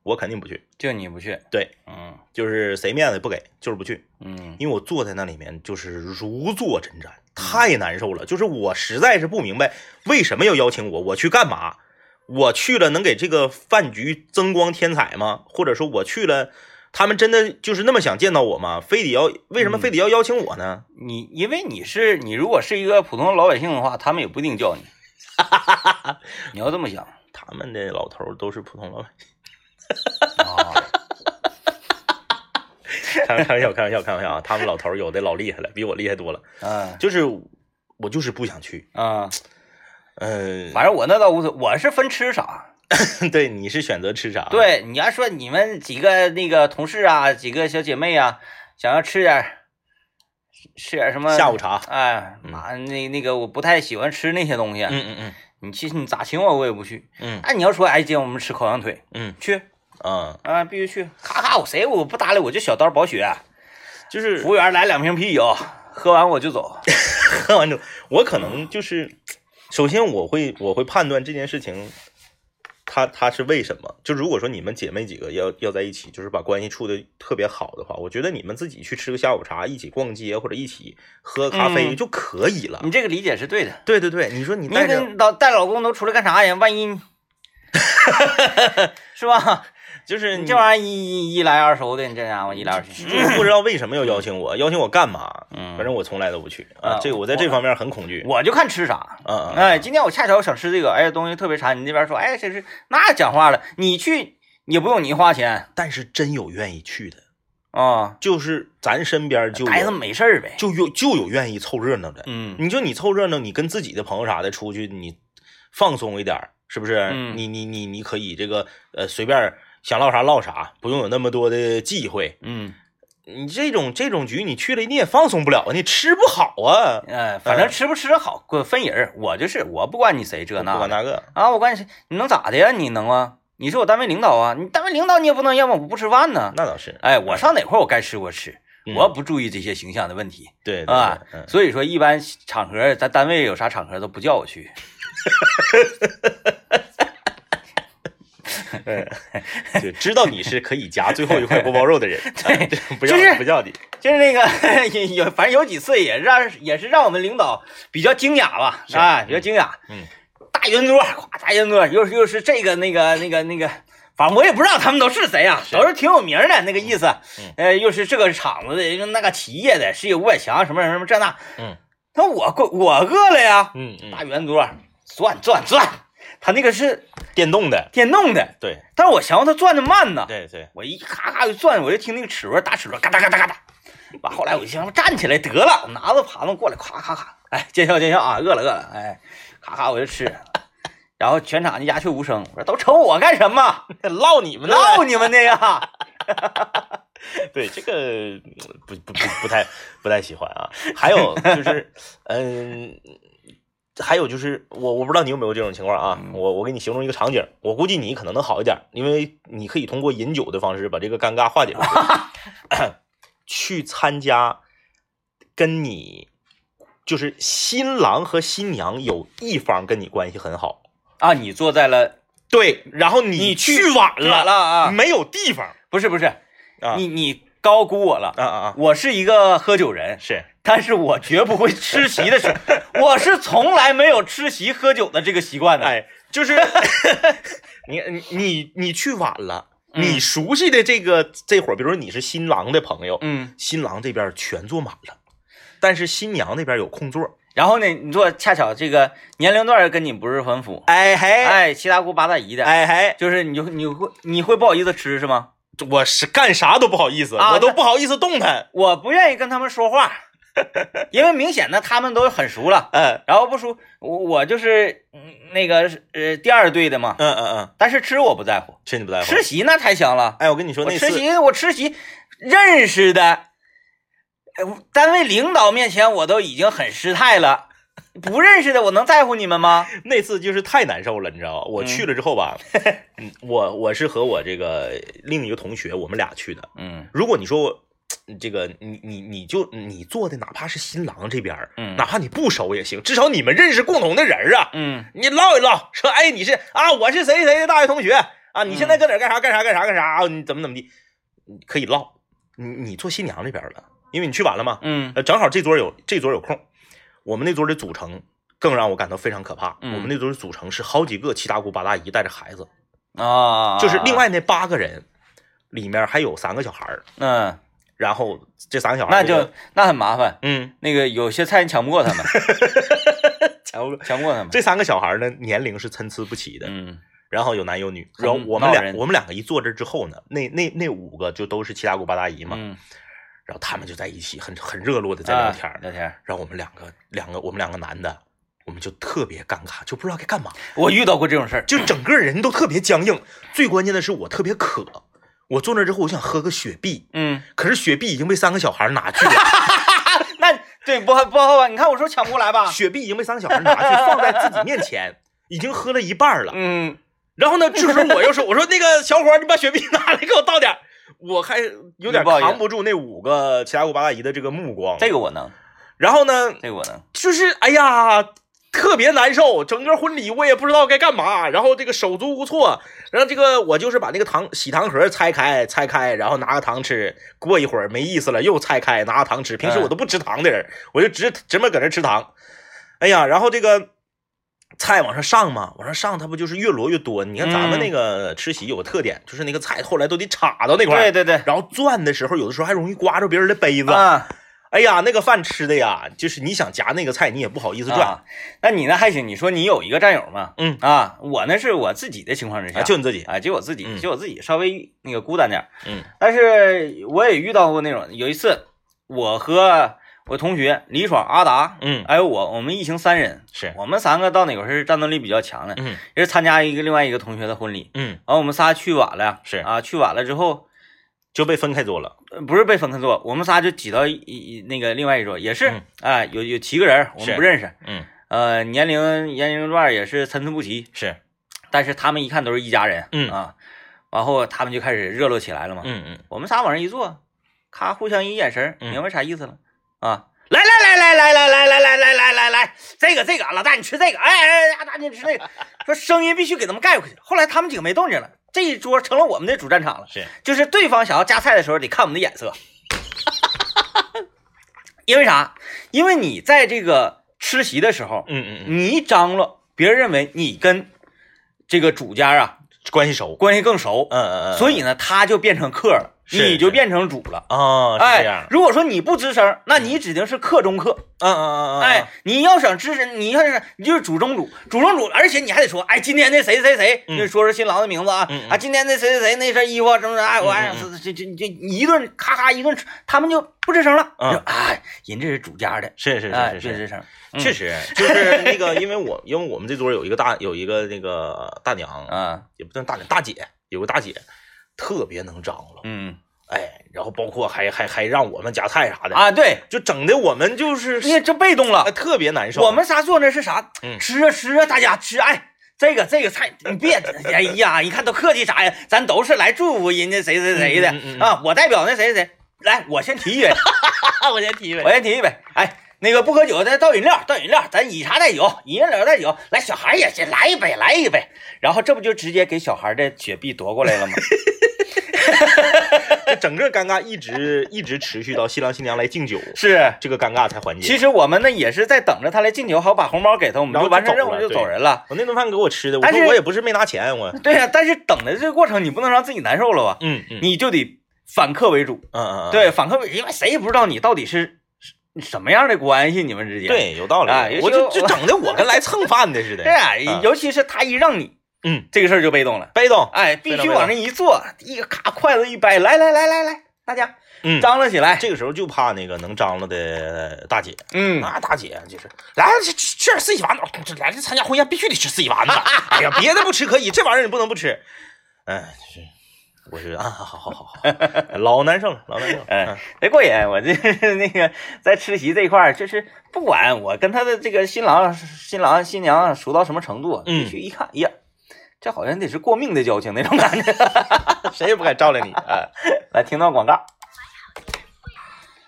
我肯定不去。
就你不去，
对，
嗯
就是谁面子不给，就是不去，
嗯
因为我坐在那里面就是如坐针毡，太难受了。就是我实在是不明白为什么要邀请我，我去干嘛？我去了能给这个饭局增光添彩吗？或者说我去了，他们真的就是那么想见到我吗？非得要为什么非得要邀请我呢？
你因为你是你，如果是一个普通的老百姓的话，他们也不一定叫你。 你要这么想
他们的老头儿都是普通老百
啊，
姓，开玩开玩笑，开玩笑，开玩笑啊！他们老头儿有的老厉害了，比我厉害多了。
嗯
就是我就是不想去，
嗯，
嗯、
反正我那倒无所谓，我是分吃啥。
对，你是选择吃啥？，
对，你要说你们几个那个同事啊，几个小姐妹啊，想要吃点儿吃点儿什么
下午茶
哎，
嗯
妈，那那个我不太喜欢吃那些东西，
嗯嗯嗯
你去你咋请我我也不去。
嗯
哎，你要说哎今天我们吃烤羊腿，
嗯
去
啊，
啊、必须去，咔咔，我谁我不搭理，我就小刀保血。啊
就是
服务员来两瓶啤酒，喝完我就 走。
喝完之后，我可能就是，首先我会我会判断这件事情，他他是为什么？就如果说你们姐妹几个要要在一起，就是把关系处的特别好的话，我觉得你们自己去吃个下午茶，一起逛街或者一起喝咖啡
嗯
就可以了。
你这个理解是对的。
对对对，你说你
你
带着
跟老带老公都出来干啥呀？万一， 是吧？
就是
你
你
这玩意儿一一一来二熟的，你这家伙一来二去。
嗯就是不知道为什么要邀请我，邀请我干嘛？
嗯
反正我从来都不去
啊
啊。这个我在这方面很恐惧。
我就看吃啥。
啊啊，
哎，今天我恰巧想吃这个，哎，东西特别馋。你那边说，哎，这是那讲话了，你去也不用你花钱
但是真有愿意去的，
啊，
就是咱身边就
孩子
有
没事儿呗。
就有就有愿意凑热闹的。
嗯
你就你凑热闹，你跟自己的朋友啥的出去，你放松一点儿，是不是？
嗯
你你你你可以这个呃随便想唠啥唠啥，不用有那么多的忌讳。
嗯，
你这种这种局你去了你也放松不了，你吃不好啊，
哎，反正吃不吃好，过分人儿。我就是我，不管你谁这
不
那的
管那个。
啊，我管你谁，你能咋的呀？你能啊？你是我单位领导啊，你单位领导你也不能让我不吃饭呢。
那倒是，
哎，我上哪块儿我该吃我吃，
嗯
我不注意这些形象的问题
对对
啊
对。嗯。
所以说，一般场合咱单位有啥场合都不叫我去。
就知道你是可以夹最后一块锅包肉的人，哎 不
就是
要不要你，
就是那个 也有，反正有几次也让也是让我们领导比较惊讶吧，
是
啊，比较惊讶。
嗯，
大圆桌，咵，大圆桌，又是又是这个那个那个那个，反正我也不知道他们都是谁啊，
是
都是挺有名的那个意思。
嗯
呃，又是这个厂子的，又是那个企业的，事业五百强什么什么这那。
嗯，
他我过我饿了呀，
嗯嗯，
大圆桌，转转转，他那个是
电动的，
电动的，
对
但是我想他转的慢呢。
对 对，
我一咔咔就转，我就听那个齿轮打齿轮，嘎哒嘎哒嘎哒。完，后来我就想站起来得了，我拿着盘子过来，咔咔咔，哎，见笑见笑啊，饿了饿了，哎，咔咔我就吃，然后全场就鸦雀无声。我说都瞅我干什么？
唠你们
闹你们的啊呀！
对这个呃不不不不太不太喜欢啊。还有就是，嗯，还有就是我我不知道你有没有这种情况啊。
嗯
我我给你形容一个场景，我估计你可能能好一点，因为你可以通过饮酒的方式把这个尴尬化解出 去去参加跟你就是新郎和新娘有一方跟你关系很好，
啊，你坐在 了
对，然后你
你
去晚
晚了啊，
没有地方
不是不是，
嗯啊，
你你高估我了。
啊啊啊，
我是一个喝酒人，
是
但是我绝不会吃席的事，我是从来没有吃席喝酒的这个习惯 的。
哎，就是你你你你去晚了，
嗯
你熟悉的这个这伙儿，比如说你是新郎的朋友，
嗯，
新郎这边全坐满了，但是新娘那边有空座。
然后呢，你说恰巧这个年龄段儿跟你不是很符，
哎嘿，
哎，七大姑八大姨的，
哎嘿，
就是你就你会你会不好意思吃是吗？
我是干啥都不好意思，
啊
我都
那
不好意思动弹。
我不愿意跟他们说话， 因为明显呢他们都很熟了，
嗯
然后不熟，我我就是嗯那个呃第二队的嘛，
嗯嗯嗯，
但是吃我不在乎，
吃你不在乎。
吃席那太香了。
哎，我跟你说
我
那
吃
次，
席，我吃席，认识的，呃单位领导面前我都已经很失态了，不认识的我能在乎你们吗？
那次就是太难受了，你知道吧？我去了之后 吧，嗯我我是和我这个另一个同学，我们俩去的。
嗯
如果你说我这个，你你你就你做的，哪怕是新郎这边儿，
嗯
哪怕你不熟也行，至少你们认识共同的人儿啊，
嗯
你唠一唠，说哎你是啊，我是谁谁的大学同学啊，你现
嗯
在搁哪儿干啥干啥干啥干啥啊，你怎么怎么地，你可以唠。你你做新娘这边儿了，因为你去晚了嘛，
嗯
呃，正好这桌有这桌有空，我们那桌的组成更让我感到非常可怕。
嗯
我们那桌的组成是好几个七大姑八大姨带着孩子，
啊，
就是另外那八个人里面还有三个小孩儿。
嗯，
然后这三个小孩
那
儿
就那很麻烦，
嗯，
那个有些菜你抢不过他们，
强不
抢不过他们。
这三个小孩儿呢，年龄是参差不齐的，
嗯
然后有男有女，
很
然后我们
闹
俩
人
我们两个一坐这之后呢，那那那五个就都是七大姑八大姨嘛，
嗯，
然后他们就在一起很很热络的在聊天儿，
啊聊天儿。
然后我们两个两个我们两个男的，我们就特别尴尬，就不知道该干嘛，
我遇到过这种事儿，
就整个人都特别僵硬，最关键的是我特别渴，我坐那之后我想喝个雪碧，
嗯，
可是雪碧已经被三个小孩儿拿去 了，
那对不不好吧？你看我说抢不过来吧？
雪碧已经被三个小孩儿拿去放在自己面前，已经喝了一半儿了。
嗯，
然后呢，这时候我又说，我说那个小伙儿，你把雪碧拿来给我倒点儿。我还有点
不好意思
扛不住那五个七大姑八大姨的这个目光。
这个我能，
然后呢，
这个我能。
就是哎呀，特别难受，整个婚礼我也不知道该干嘛，然后这个手足无措。然后这个我就是把那个糖喜糖盒拆开，拆开，然后拿个糖吃。过一会儿没意思了，又拆开拿个糖吃。平时我都不吃糖的人，我就直直么搁那吃糖。哎呀，然后这个。菜往上上嘛，往上上，它不就是越摞越多？你看咱
嗯
们那个吃席有个特点，就是那个菜后来都得插到那块
对
儿，
对对，
然后转的时候，有的时候还容易刮着别人的杯子。
啊
哎呀，那个饭吃的呀，就是你想夹那个菜，你也不好意思转。
啊，那你那还行，你说你有一个战友嘛？
嗯
啊，我那是我自己的情况之下，
啊，就你自己，
啊，就我自己，
嗯
就我自己稍微那个孤单点儿
嗯，
但是我也遇到过那种，有一次我和我同学李爽、阿达，
嗯，
还有我，我们一行三人，
是，
我们三个到哪块是战斗力比较强的，
嗯
也是参加一个另外一个同学的婚礼，
嗯，
然后我们仨去晚了，
是
啊，去晚了之后，
就被分开桌了。
呃不是被分开坐，我们仨就挤到一一那个另外一桌，也是
嗯
啊、有有七个人，我
是
们不认识，
嗯，
呃，年龄年龄段也是参差不齐，
是，
但是他们一看都是一家人，
嗯
啊，然后他们就开始热络起来了嘛，
嗯嗯，
我们仨往上一坐，咔互相一眼神儿，
嗯
明白啥意思了、啊？来来来来来来来来来来来来，这个这个，老大你吃这个，哎哎哎，阿大你吃这个，说声音必须给他们盖过去。后来他们几个没动静了，这一桌成了我们的主战场了。
是，
就是对方想要夹菜的时候，得看我们的眼色。 因为啥？因为你在这个吃席的时候，
嗯嗯嗯，
你一张罗，别人认为你跟这个主家啊
关系熟。
关系更熟，
嗯嗯嗯，
所以呢，他就变成客了，
是
你就是变成主了。
啊，是这
哎
样，。
如果说你不吱声，那你指定是客中客。
嗯嗯嗯嗯，
哎，你要想吱声，你要是你就是主中主，主中主，而且你还得说，哎，今天那谁谁谁，
嗯
就说说新郎的名字啊
嗯嗯
啊，今天那谁谁谁那身衣服什么什么，哎，我哎
嗯，
这这这这一顿咔咔一顿吃，他们就不吱声了。
嗯
就哎，人这是主家的，
是是
哎，
是
别吱
是是，
声。
确实就是那个，因为我因为我们这桌有一个大有一个那个大娘，
啊，
也不算大娘，大姐有个大姐特别能张罗，
嗯
哎，然后包括还还还让我们夹菜啥的，
啊，对，
就整的我们就是
你这被动了
啊，。特别难受。
我们仨坐那是啥？
嗯
吃啊吃啊，大家吃哎。这个这个菜，你别，哎呀， 你看都客气啥呀？咱都是来祝福人家谁谁谁的、
嗯嗯嗯嗯
啊！我代表那谁谁谁，来，我先提 一杯，
我先提一
我
杯。
先提一杯。哎，那个不喝酒的倒饮料，倒饮料，咱以茶代酒，以饮料代酒。来，小孩也先来一杯，来 一杯。然后这不就直接给小孩的雪碧夺过来了吗？
哎整个尴尬一直一直持续到新郎新娘来敬酒，
是，
这个尴尬才缓解。
其实我们呢也是在等着他来敬酒，好把红包给他，我们
然后
就
就
完成
走
任务
了
就
对
走人了。
我那顿饭给我吃的，我
但是
说我也不是没拿钱，我
对呀、但是等的这个过程，你不能让自己难受了吧？
嗯嗯
你就得反客为主，
嗯嗯，嗯，
对，反客为主，因为谁也不知道你到底是是什么样的关系，你们之间。
对，有道理
啊尤。其
我这
我
这整的我跟来蹭饭的似的
对。啊
嗯，
尤其是他一让你，
嗯，
这个事儿就被动了。
被动，
哎，必
非常
须
非
往
常
那一坐，一咔筷子一掰，来来来来来，大家
嗯，
张罗起来。
这个时候就怕那个能张罗的大姐，
嗯，
那大姐就是来去去吃点四喜丸子，哦这来这参加婚宴必须得吃四喜丸子。哎呀，别的不吃可以，这玩意儿你不能不吃。哎，是，我是啊，好好好好，老难受了，老难受 了。
哎，贼过瘾！我这那个在吃席这一块儿，就是不管我跟他的这个新郎、新郎、新娘熟到什么程度，
嗯
必须一看，哎呀，这好像得是过命的交情那种感觉。
嗯谁也不敢招惹你啊。
来，听到广告。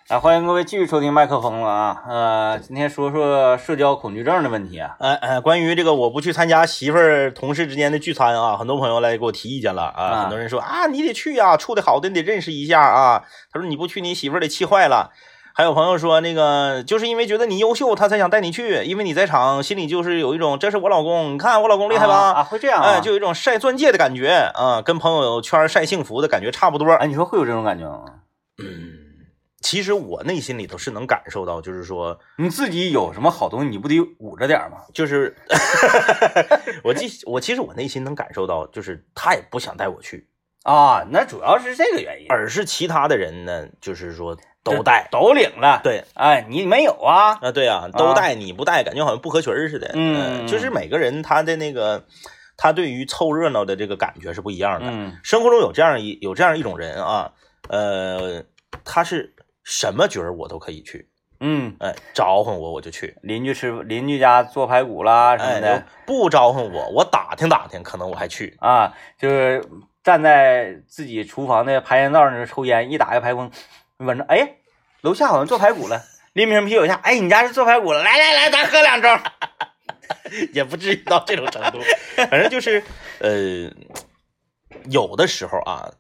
啊，欢迎各位继续收听麦克风了啊。呃，今天说说社交恐惧症的问题啊。
哎哎，关于这个我不去参加媳妇儿同事之间的聚餐啊，很多朋友来给我提意见了啊，
啊
很多人说啊，你得去呀、处的好的你得认识一下啊。他说你不去，你媳妇儿得气坏了。还有朋友说，那个就是因为觉得你优秀，他才想带你去，因为你在场，心里就是有一种这是我老公，你看我老公厉害吧？
啊，啊会这样啊？
哎，就有一种晒钻戒的感觉啊，跟朋友圈晒幸福的感觉差不多。
哎，你说会有这种感觉吗？嗯
其实我内心里头是能感受到，就是说，
你自己有什么好东西，你不得捂着点儿吗？
就是 我记我其实我内心能感受到，就是他也不想带我去，
啊，那主要是这个原因。
而是其他的人呢，就是说都带，
都领了。，
对
哎，你没有啊？
啊，对啊，都带你不带，感觉好像不合群儿似的。
嗯
呃就是每个人他的那个，他对于凑热闹的这个感觉是不一样的。
嗯。
生活中有这样一有这样一种人啊，呃，他是什么局儿我都可以去，
嗯，
哎，招呼我我就去，
邻居吃邻居家做排骨啦什么
哎
的、，
不招呼我，我打听打听，可能我还去。
啊，就是站在自己厨房的排烟道那儿抽烟，一打开排风，闻着哎，楼下好像做排骨了，拎瓶啤酒下，哎，你家是做排骨了，来来来，咱喝两盅。
也不至于到这种程度。反正就是，呃，有的时候啊，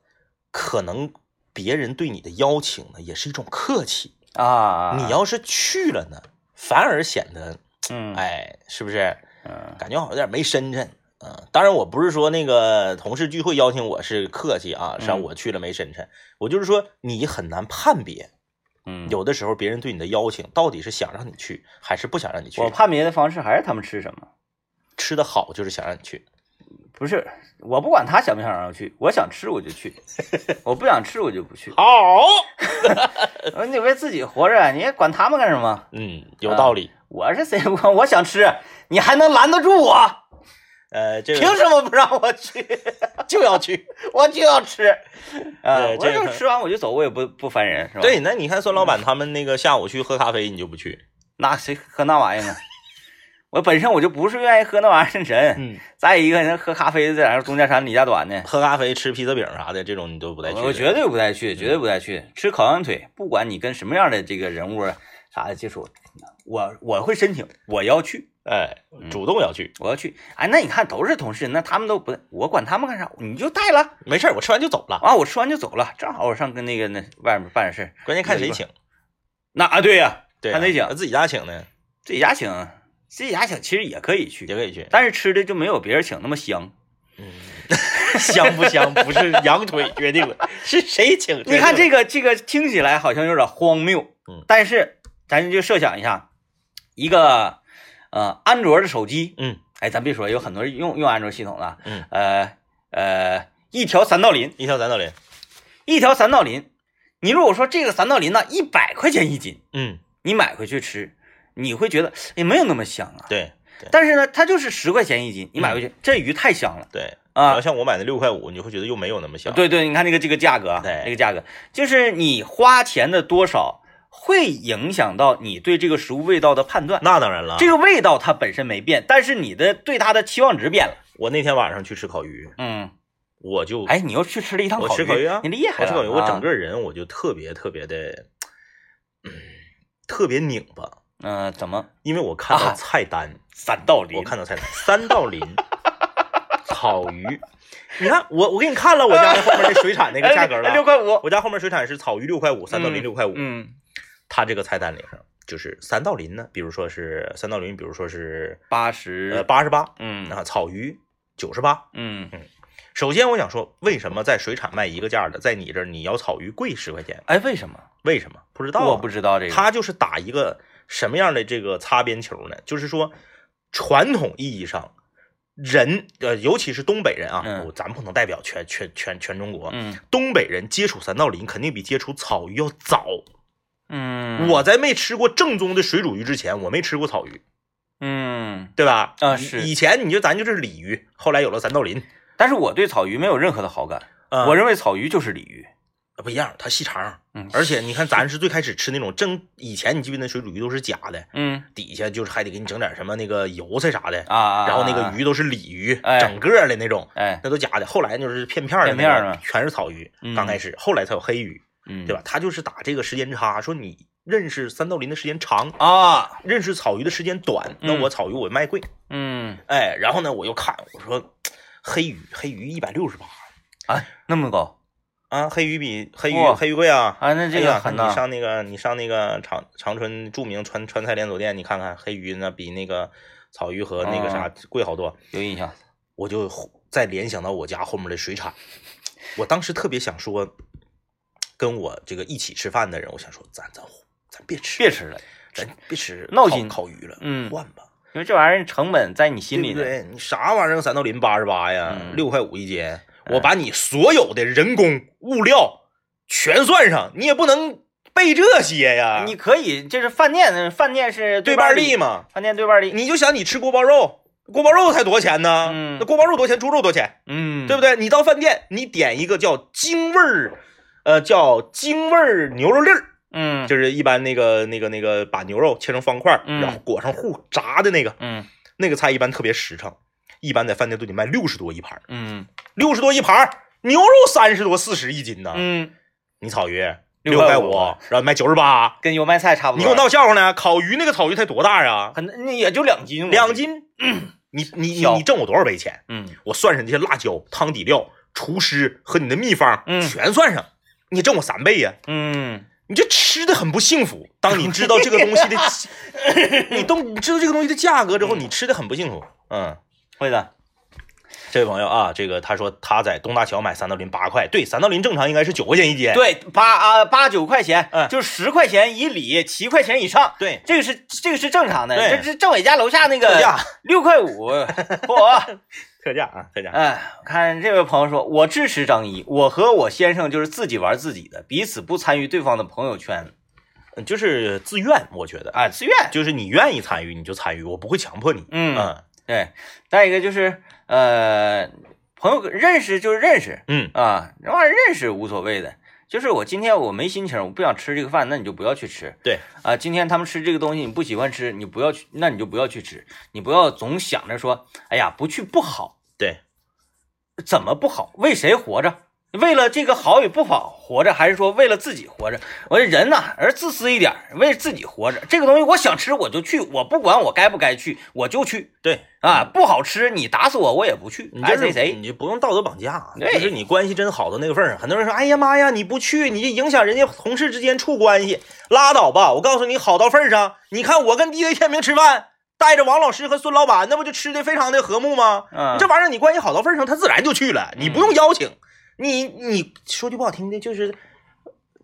可能别人对你的邀请呢，也是一种客气。
啊，
你要是去了呢，反而显得，
嗯
哎，是不是？
嗯
感觉好像有点没深沉。嗯，当然我不是说那个同事聚会邀请我是客气啊，是让
嗯
我去了没深沉。我就是说你很难判别，
嗯，
有的时候别人对你的邀请到底是想让你去还是不想让你去
我。判别的方式还是他们吃什么，
吃的好就是想让你去，
不是我不管他想不想让我去，我想吃我 就去，我不想吃我就不去，
好，
我你为自己活着，啊你管他们干什么？
嗯，有道理。
我是谁也 不管，我想吃，你还能拦得住我？
呃，这
凭
个
什么不让我去？
就要去。
我就要 吃，啊，
对
我
这个
就吃完我就走，我也不不烦人，是 吧？，
对，那你看孙老板他们那个下午去喝咖啡，你就不去。
那谁喝那玩意儿呢？我本身我就不是愿意喝那玩意儿的人，
嗯，
再一个人喝咖啡在那儿东家山李家短的，
喝咖啡、吃披萨饼啥的，这嗯种你都不带去。
我绝对不带去，绝对不带去。吃烤羊腿，不管你跟什么样的这个人物啊啥的接触，我我会申请，我要去，
哎，
嗯
主动要去，
我要去。哎，那你看都是同事，那他们都不，我管他们干啥？你就带了，
没事儿，我吃完就走了。
完、我吃完就走了，正好我上跟那个那外面办点事儿
关键看
有
谁
一
请，
那啊，对呀、
对啊，
看谁请
那自己家请呢
自己家请，自己家请其实也可以
也
去，
可以去。
但是吃的就没有别人请那么香。
香不香不 是羊腿决定的， 是谁请。
你看这个这个听起来好像有点荒谬，
嗯
但是咱就设想一下，一个呃安卓的手机，
嗯，
哎，咱别说有很多人用用安卓系统的，
嗯，
呃呃，一条三道鳞，
一条三道鳞，
一条三道鳞，你如果说这个三道鳞呢一百块钱一斤，
嗯，
你买回去吃，你会觉得也没有那么香啊。
对
但是呢，它就是十块钱一斤，你
嗯
买回去，这鱼太香了
对。
啊！
然后像我买的六块五，你会觉得又没有那么香。，
对对，你看这个这个价格啊，
啊对
这个价格就是你花钱的多少会影响到你对这个食物味道的判断。
那当然了。
这个味道它本身没变，但是你的对它的期望值变了。
我那天晚上去吃烤鱼，
嗯，
我就
哎，你又去吃了一趟
我
烤
吃烤鱼啊
你厉害
我
了
吃
啊！
烤鱼，我整个人我就特别特别的，嗯，特别拧巴，
嗯、怎么
因为我看
啊
到菜单，
三道鳞？
我看到菜单三道鳞，烤鱼。你看我我给你看了我家后面那水产那 个价格
哎
了，啊
六块五，
我家后面水产是草鱼六块五，三道鳞六块五，
嗯，
它这个菜单里上就是三道鳞呢，比如说是三道鳞，比如说是
八
呃
十，
八十八
嗯
啊，草鱼九十八。
嗯，
首先我想说，为什么在水产卖一个价的，在你这儿你要草鱼贵十块钱？
哎，为什么？
为什么？不知道、啊，
我不知道这个，
他就是打一个什么样的这个擦边球呢？就是说，传统意义上，人呃，尤其是东北人啊，
嗯
我咱不能代表全全全全中国，
嗯
东北人接触三道鳞肯定比接触草鱼要早。
嗯，
我在没吃过正宗的水煮鱼之前，我没吃过草鱼，
嗯，
对吧？
啊是
以以前你就咱就是鲤鱼，后来有了三道鳞，
但是我对草鱼没有任何的好感，
呃
我认为草鱼就是鲤鱼，
不一样，它细长。
嗯
而且你看，咱是最开始吃那种正，以前你记不记得那水煮鱼都是假的，
嗯
底下就是还得给你整点什么那个油菜啥的
啊啊，
然后那
啊
个，鱼都是鲤鱼，
哎
整个的那种，
哎，
那都假的。后来就是片片儿的那
片片儿
个，
的
全是草鱼。
嗯
刚开始，后来才有黑鱼，
嗯，
对吧？他就是打这个时间差，说你认识三道鳞的时间长，
啊，
认识草鱼的时间短，那
嗯
我草鱼我卖贵。
嗯
哎，然后呢，我又看，我说黑鱼，黑鱼一百六十八
啊，
哎
那么高
啊，黑鱼比黑鱼
哇
黑鱼贵啊。
啊，那
哎
这个
呀
很
你
呐，
上那个你上那个长长春著名川川菜连锁店，你看看黑鱼那比那个草鱼和那个
哦
啥贵好多。
有印象，
我就忽再联想到我家后面的水产，我当时特别想说，跟我这个一起吃饭的人，我想说，咱咱咱别吃，
别吃了，
咱别吃
闹
烤
心
烤鱼了，
嗯
换吧，
因为这玩意儿成本在你心里
对不
呢，
对？你啥玩意儿三道鳞八十八呀，
嗯哎
六块五一斤，我把你所有的人工物料全算上，你也不能备这些呀，
你可以就是饭店，饭店是
啊对
半
半利，嘛，
饭店对半利，
你就想你吃锅包肉。锅包肉才多少钱呢？
嗯
那锅包肉多少钱？猪肉多少钱？
嗯，
对不对？你到饭店，你点一个叫京味儿，呃，叫京味儿牛肉粒儿，
嗯，
就是一般那个那个那个把牛肉切成方块儿，
嗯
然后裹上糊炸的那个，
嗯
那个菜一般特别实诚，一般在饭店都得卖六十多一盘儿，
嗯
六十多一盘儿，牛肉三十多四十一斤呢。
嗯，
你草鱼
六
六
块
块
五
五，然后卖九十八，
跟油麦菜差不多，
你给我闹笑话呢？烤鱼那个草鱼才多大啊呀？
很那也就两斤，
两， 斤，你你你
小
你挣我多少倍钱？
嗯
我算上这些辣椒、汤底料、厨师和你的秘方，
嗯
全算上，你挣我三倍呀、
嗯，
你这吃的很不幸福。当你知道这个东西的， 你东你知道这个东西的价格之后，你吃的很不幸福。嗯，
会的，
这位朋友啊，这个他说他在东大桥买三道鳞八块，对，三道鳞正常应该是九块钱一斤。
对，八啊八九块钱，
哎嗯
就十块钱以里，七块钱以上，
对，
这个是这个是正常的，
对
这是政委家楼下那
特
个
价
六块五，嚯！
特价啊，特价。
哎，我看这位朋友说，我支持张一，我和我先生就是自己玩自己的，彼此不参与对方的朋友圈，
嗯就是自愿，我觉得，
哎，自愿。
就是你愿意参与你就参与，我不会强迫你。
嗯，
嗯
对。再一个就是呃，朋友认识就是认识
嗯
啊，这玩意儿认识无所谓的。就是我今天我没心情，我不想吃这个饭，那你就不要去吃。
对
啊，今天他们吃这个东西你不喜欢吃，你不要去，那你就不要去吃，你不要总想着说，哎呀，不去不好，
对，
怎么不好？为谁活着？为了这个好与不好活着，还是说为了自己活着？我说人呐、而自私一点，为自己活着。这个东西我想吃我就去，我不管我该不该去，我就去
对，
啊！不好吃你打死我我也不去，
你就
爱
是
谁哎谁。哎
你就不用道德绑架，啊
对
就是你关系真好到那个份儿上。很多人说，哎呀妈呀，你不去，你就影响人家同事之间处关系，拉倒吧！我告诉你，好到份儿上，你看我跟 DJ 天明吃饭，带着王老师和孙老板，那不就吃的非常的和睦吗？
嗯
你这玩意儿，你关系好到份儿上，他自然就去了，你不用邀请。你你说句不好听的，就是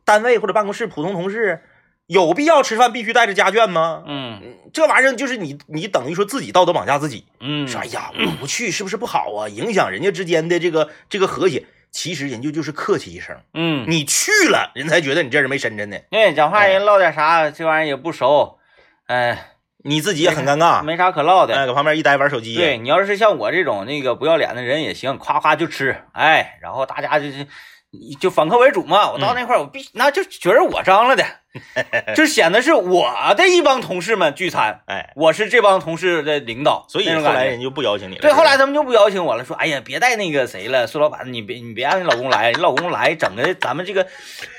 单位或者办公室普通同事，有必要吃饭必须带着家眷吗？
嗯
这玩意儿就是你你等于说自己道德绑架自己。
嗯
说哎呀，我不去是不是不好啊？影响人家之间的这个这个和谐。其实人家就是客气一声，
嗯，
你去了，人才觉得你这人没深沉呢。
对，讲话人唠点啥，这玩意儿也不熟，哎，
你自己也很尴尬，
没啥可唠的。
哎，搁旁边一待玩手机。
对，你要是像我这种那个不要脸的人也行，夸夸就吃，哎，然后大家就是就反客为主嘛。我
嗯
到那块儿，我必须那就觉得我张了 的，就显得是我的一帮同事们聚餐，
哎，
我是这帮同事的领导，
所以后
那种感
来
觉
人就不邀请你了。
对，
是吧
后来他们就不邀请我了，说哎呀，别带那个谁了，苏老板，你别你别让你老公来，你老公来整的咱们这个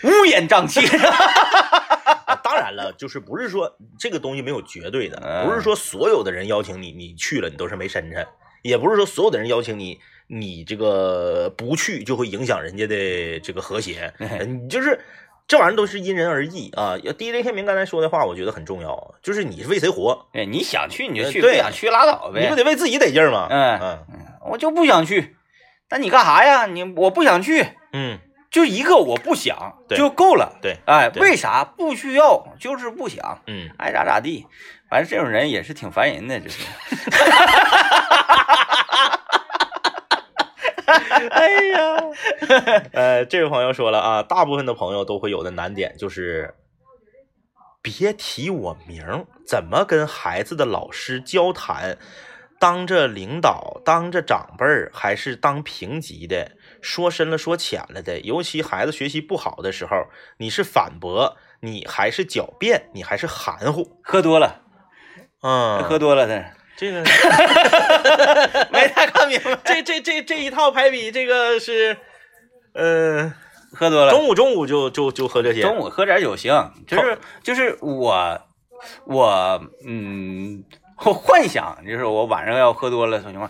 乌烟 瘴气。
啊当然了，就是不是说这个东西没有绝对的，
嗯
不是说所有的人邀请你，你去了你都是没深沉，也不是说所有的人邀请你，你这个不去就会影响人家的这个和谐，
哎
你就是这玩意儿都是因人而异啊。要 DJ 天明刚才说的话，我觉得很重要，啊就是你是为谁活，
对，哎你想去你就
呃
去，不
对
想去拉倒
你不
呗。
得为自己得劲儿吗？
嗯
嗯
我就不想去，那你干啥呀？你我不想去，
嗯，
就一个我不想
对
就够了。
对，
哎，
对
为啥不需要？就是不想，
嗯，
爱咋咋地。反正这种人也是挺烦人的，就是。
哎呀，呃，这位朋友说了啊，大部分的朋友都会有的难点就是，别提我名儿，怎么跟孩子的老师交谈？当着领导、当着长辈儿，还是当平级的，说深了说浅了的。尤其孩子学习不好的时候，你是反驳，你还是狡辩，你还是含糊。
喝多了，
嗯，
喝多了他
这 个
没太看明白，
这这这这一套排比，这个是，呃，
喝 多了。
中午中午就就就喝这些。
中午喝点酒行，就是就是我我嗯，我幻想就是我晚上要喝多了什么情况，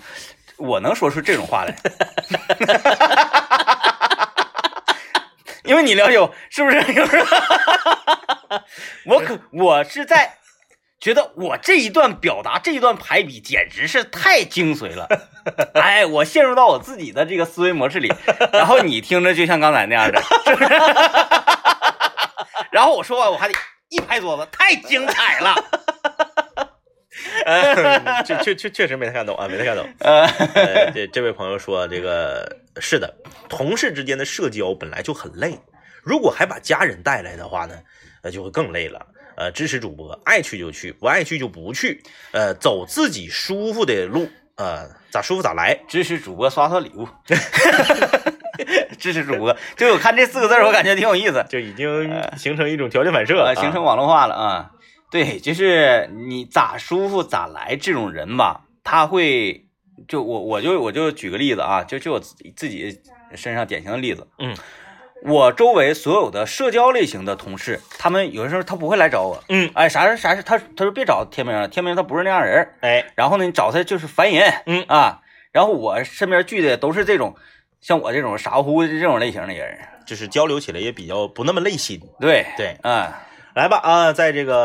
我能说出这 种话来，因为你了解我是不是？ 我可我是在。觉得我这一段表达，这一段排比简直是太精 髓了，哎，我陷入到我自己的这个思维模式里，然后你听着就像刚才那样的，然后我说完，我还得一拍桌子，太精彩了。
哎，确确确确实没太看懂啊，没太 看懂。
呃，
呃，这这位朋友说，这个是的，同事之间的社交本来就很累，如果还把家人带来的话呢，呃，就会更累了。呃，支持主播，爱去就去，不爱去就不去。呃，走自己舒服的路，呃，咋舒服咋来。
支持主播刷刷礼物，支持主播。就我看这四个字儿，我感觉挺有意思，
就已经形哎成一种条件反射啊
呃，形成网络化了啊。对，就是你咋舒服咋来这种人吧，他会就我我就我就举个例子啊，就就我自己自己身上典型的例子，
嗯，
我周围所有的社交类型的同事，他们有的时候他不会来找我，
嗯，
哎，啥事啥事，他他说别找天明了，天明他不是那样人儿，
哎，
然后呢，你找他就是烦人，
嗯
啊，然后我身边聚的都是这种，像我这种傻乎乎的这种类型的人，
就是交流起来也比较不那么累心。
对
对
啊。
来吧啊、在这个。